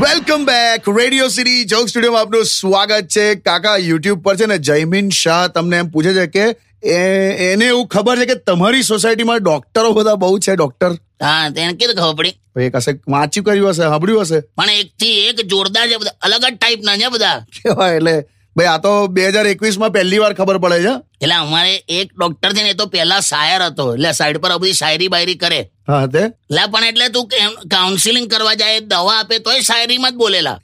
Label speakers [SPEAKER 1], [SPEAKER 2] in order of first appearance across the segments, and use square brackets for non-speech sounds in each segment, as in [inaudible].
[SPEAKER 1] Welcome back radio city joke સ્ટુડિયોમાં આપનું સ્વાગત છે કાકા યુટ્યુબ પર છે ને જયમીન શાહ તમને એમ પૂછે છે કે એ એને એવું ખબર છે કે તમારી સોસાયટીમાં ડોક્ટરો બધા બહુ છે ડોક્ટર
[SPEAKER 2] હા તેને કીધું ખબર પડી
[SPEAKER 1] એક હશે વાંચ્યું કર્યું હશે સાંભળ્યું હશે
[SPEAKER 2] પણ એક થી એક જોરદાર છે બધા અલગ જ ટાઈપના છે બધા
[SPEAKER 1] કેવાય એટલે ભાઈ આ તો બે હજાર એકવીસમાં પહેલી વાર ખબર પડે છે
[SPEAKER 2] એટલે અમારે એક ડોક્ટર છે ને એ તો પહેલા શાયર હતો એટલે સાઈડ પર આ બધી શાયરી બાયરી કરે
[SPEAKER 1] હા તે [laughs]
[SPEAKER 2] એટલે પણ એટલે તું કાઉન્સિલિંગ કરવા જાય દવા આપે તોય શાયરીમાં જ બોલેલા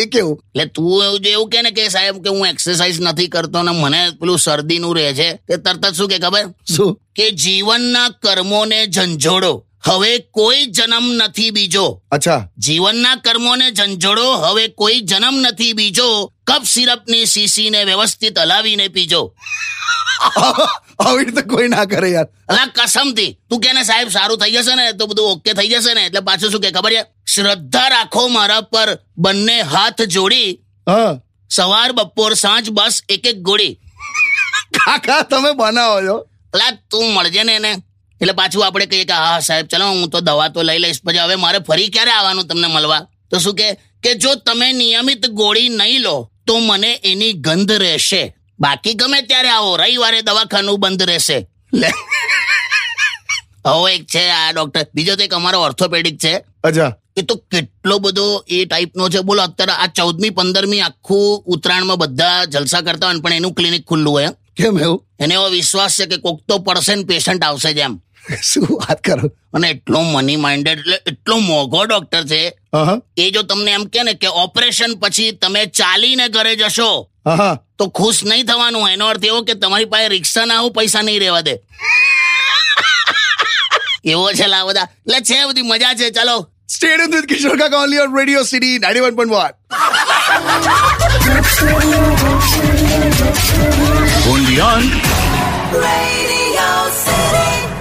[SPEAKER 1] એ કેવું
[SPEAKER 2] એટલે તું એવું જે એવું કે ને કે સાહેબ કે હું એક્સરસાઇઝ નથી કરતો ને મને પેલું શરદીનું રહે છે તે તરત જ શું કે ખબર
[SPEAKER 1] શું
[SPEAKER 2] કે જીવનના કર્મોને ઝંઝોડો હવે કોઈ જન્મ નથી બીજો
[SPEAKER 1] અચ્છા [laughs]
[SPEAKER 2] જીવનના કર્મોને ઝંઝોડો હવે કોઈ જન્મ નથી બીજો કપ સિરપની શીશીને વ્યવસ્થિત હલાવીને પીજો
[SPEAKER 1] આવી રીતે કોઈ ના કરે યાર
[SPEAKER 2] અલા કસમથી તું કે ને સાહેબ સારું થઈ જશે ને તો બધું ઓકે થઈ જશે ને એટલે પાછું શું કે ખબર છે શ્રદ્ધા રાખો મારા પર બંને હાથ જોડી
[SPEAKER 1] હા
[SPEAKER 2] સવાર બપોર સાંજ બસ એક એક ગોળી
[SPEAKER 1] કાકા તમે બનાવો છો
[SPEAKER 2] અલા તું મળજે ને એને એટલે પાછું આપણે કહીએ કે હા હા, સાહેબ ચલો હું તો દવા તો લઈ લઈશ પછી હવે મારે ફરી ક્યારે આવવાનું તમને મળવા તો શું કે કે જો તમે નિયમિત ગોળી નહીં લો તો મને એની ગંધ રહેશે બાકી ગમે ત્યારે આવો રવિવારે દવાખાનું બંધ રહેશે લે. હવે એક છે આ ડોક્ટર બીજો તો એક અમારો ઓર્થોપેડિક છે
[SPEAKER 1] અચ્છા
[SPEAKER 2] એ તો કેટલો બધો એ ટાઈપનો છે બોલો અત્યારે આ ચૌદમી પંદરમી આખું ઉત્તરાયણમાં બધા જલસા કરતા હોય ને પણ એનું ક્લિનિક ખુલ્લું હોય
[SPEAKER 1] કેમ એવું
[SPEAKER 2] એને એવો વિશ્વાસ છે કે કોક તો પડશે ને પેશન્ટ આવશે જ એમ
[SPEAKER 1] શું વાત કરો
[SPEAKER 2] અને એટલો મની માઇન્ડેડ એટલે એટલો મોઘો ડોક્ટર છે
[SPEAKER 1] હા હા
[SPEAKER 2] એ જો તમને એમ કે ને કે ઓપરેશન પછી તમે ચાલીને ઘરે જશો
[SPEAKER 1] હા હા
[SPEAKER 2] તો ખુશ નહીં થવાનું એનો અર્થ એવો કે તમારી પાસે રિક્ષાના આવું પૈસા નહીં રહેવા દે એવો છે લા બધા એટલે છે બધી મજા છે ચાલો
[SPEAKER 1] Stay tuned with Kishore Kaka only on Radio City 91.1.
[SPEAKER 3] Radio City.